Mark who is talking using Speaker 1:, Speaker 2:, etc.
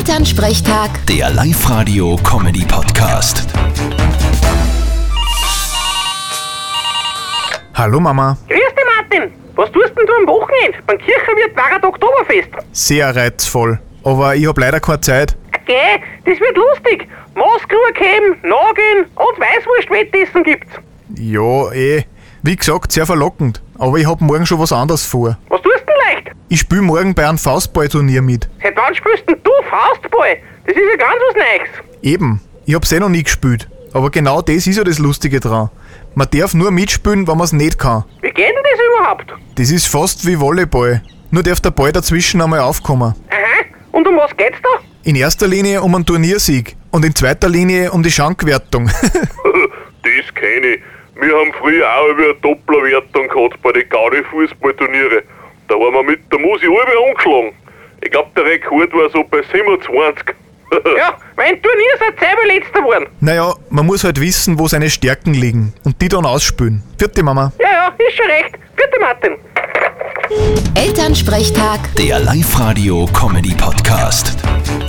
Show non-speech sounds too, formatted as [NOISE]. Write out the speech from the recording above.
Speaker 1: Elternsprechtag,
Speaker 2: Der Live-Radio-Comedy-Podcast.
Speaker 3: Hallo Mama,
Speaker 4: Grüß dich, Martin. Was tust denn du am Wochenende? Beim Kirchenwirt war ein Oktoberfest.
Speaker 3: sehr reizvoll. Aber ich habe leider keine Zeit.
Speaker 4: Okay, das wird lustig. Mooskrühe kämen, Nageln und Weißwurstwettessen gibt's.
Speaker 3: Ja, eh. Wie gesagt, sehr verlockend. Aber ich habe morgen schon was anderes vor.
Speaker 4: Was tust denn leicht?
Speaker 3: Ich spiele morgen bei einem Faustballturnier mit.
Speaker 4: Seit wann spielst denn du Faustball? Das ist ja ganz was Neues.
Speaker 3: Eben. Ich hab's eh noch nie gespielt. Aber genau das ist ja das Lustige dran. Man darf nur mitspielen, wenn man's nicht kann.
Speaker 4: Wie geht denn das überhaupt?
Speaker 3: Das ist fast wie Volleyball. Nur darf der Ball dazwischen einmal aufkommen.
Speaker 4: Aha, und um was geht's da?
Speaker 3: In erster Linie um einen Turniersieg und in zweiter Linie um die Schankwertung. [LAUGHS]
Speaker 5: Das kenne ich. Wir haben früher auch über eine Dopplerwertung gehabt bei den Gaudi-Fußballturnieren. Da waren wir mit der Musi halbe angeschlagen. Ich glaube, der Rekord war so bei 27.
Speaker 4: Ja, mein Turnier seid selber letzter geworden.
Speaker 3: naja, man muss halt wissen, wo seine Stärken liegen und die dann ausspülen. Vierte Mama.
Speaker 4: Ja, ja, ist schon recht. Bitte, Martin.
Speaker 1: Elternsprechtag.
Speaker 2: Der Live-Radio-Comedy-Podcast.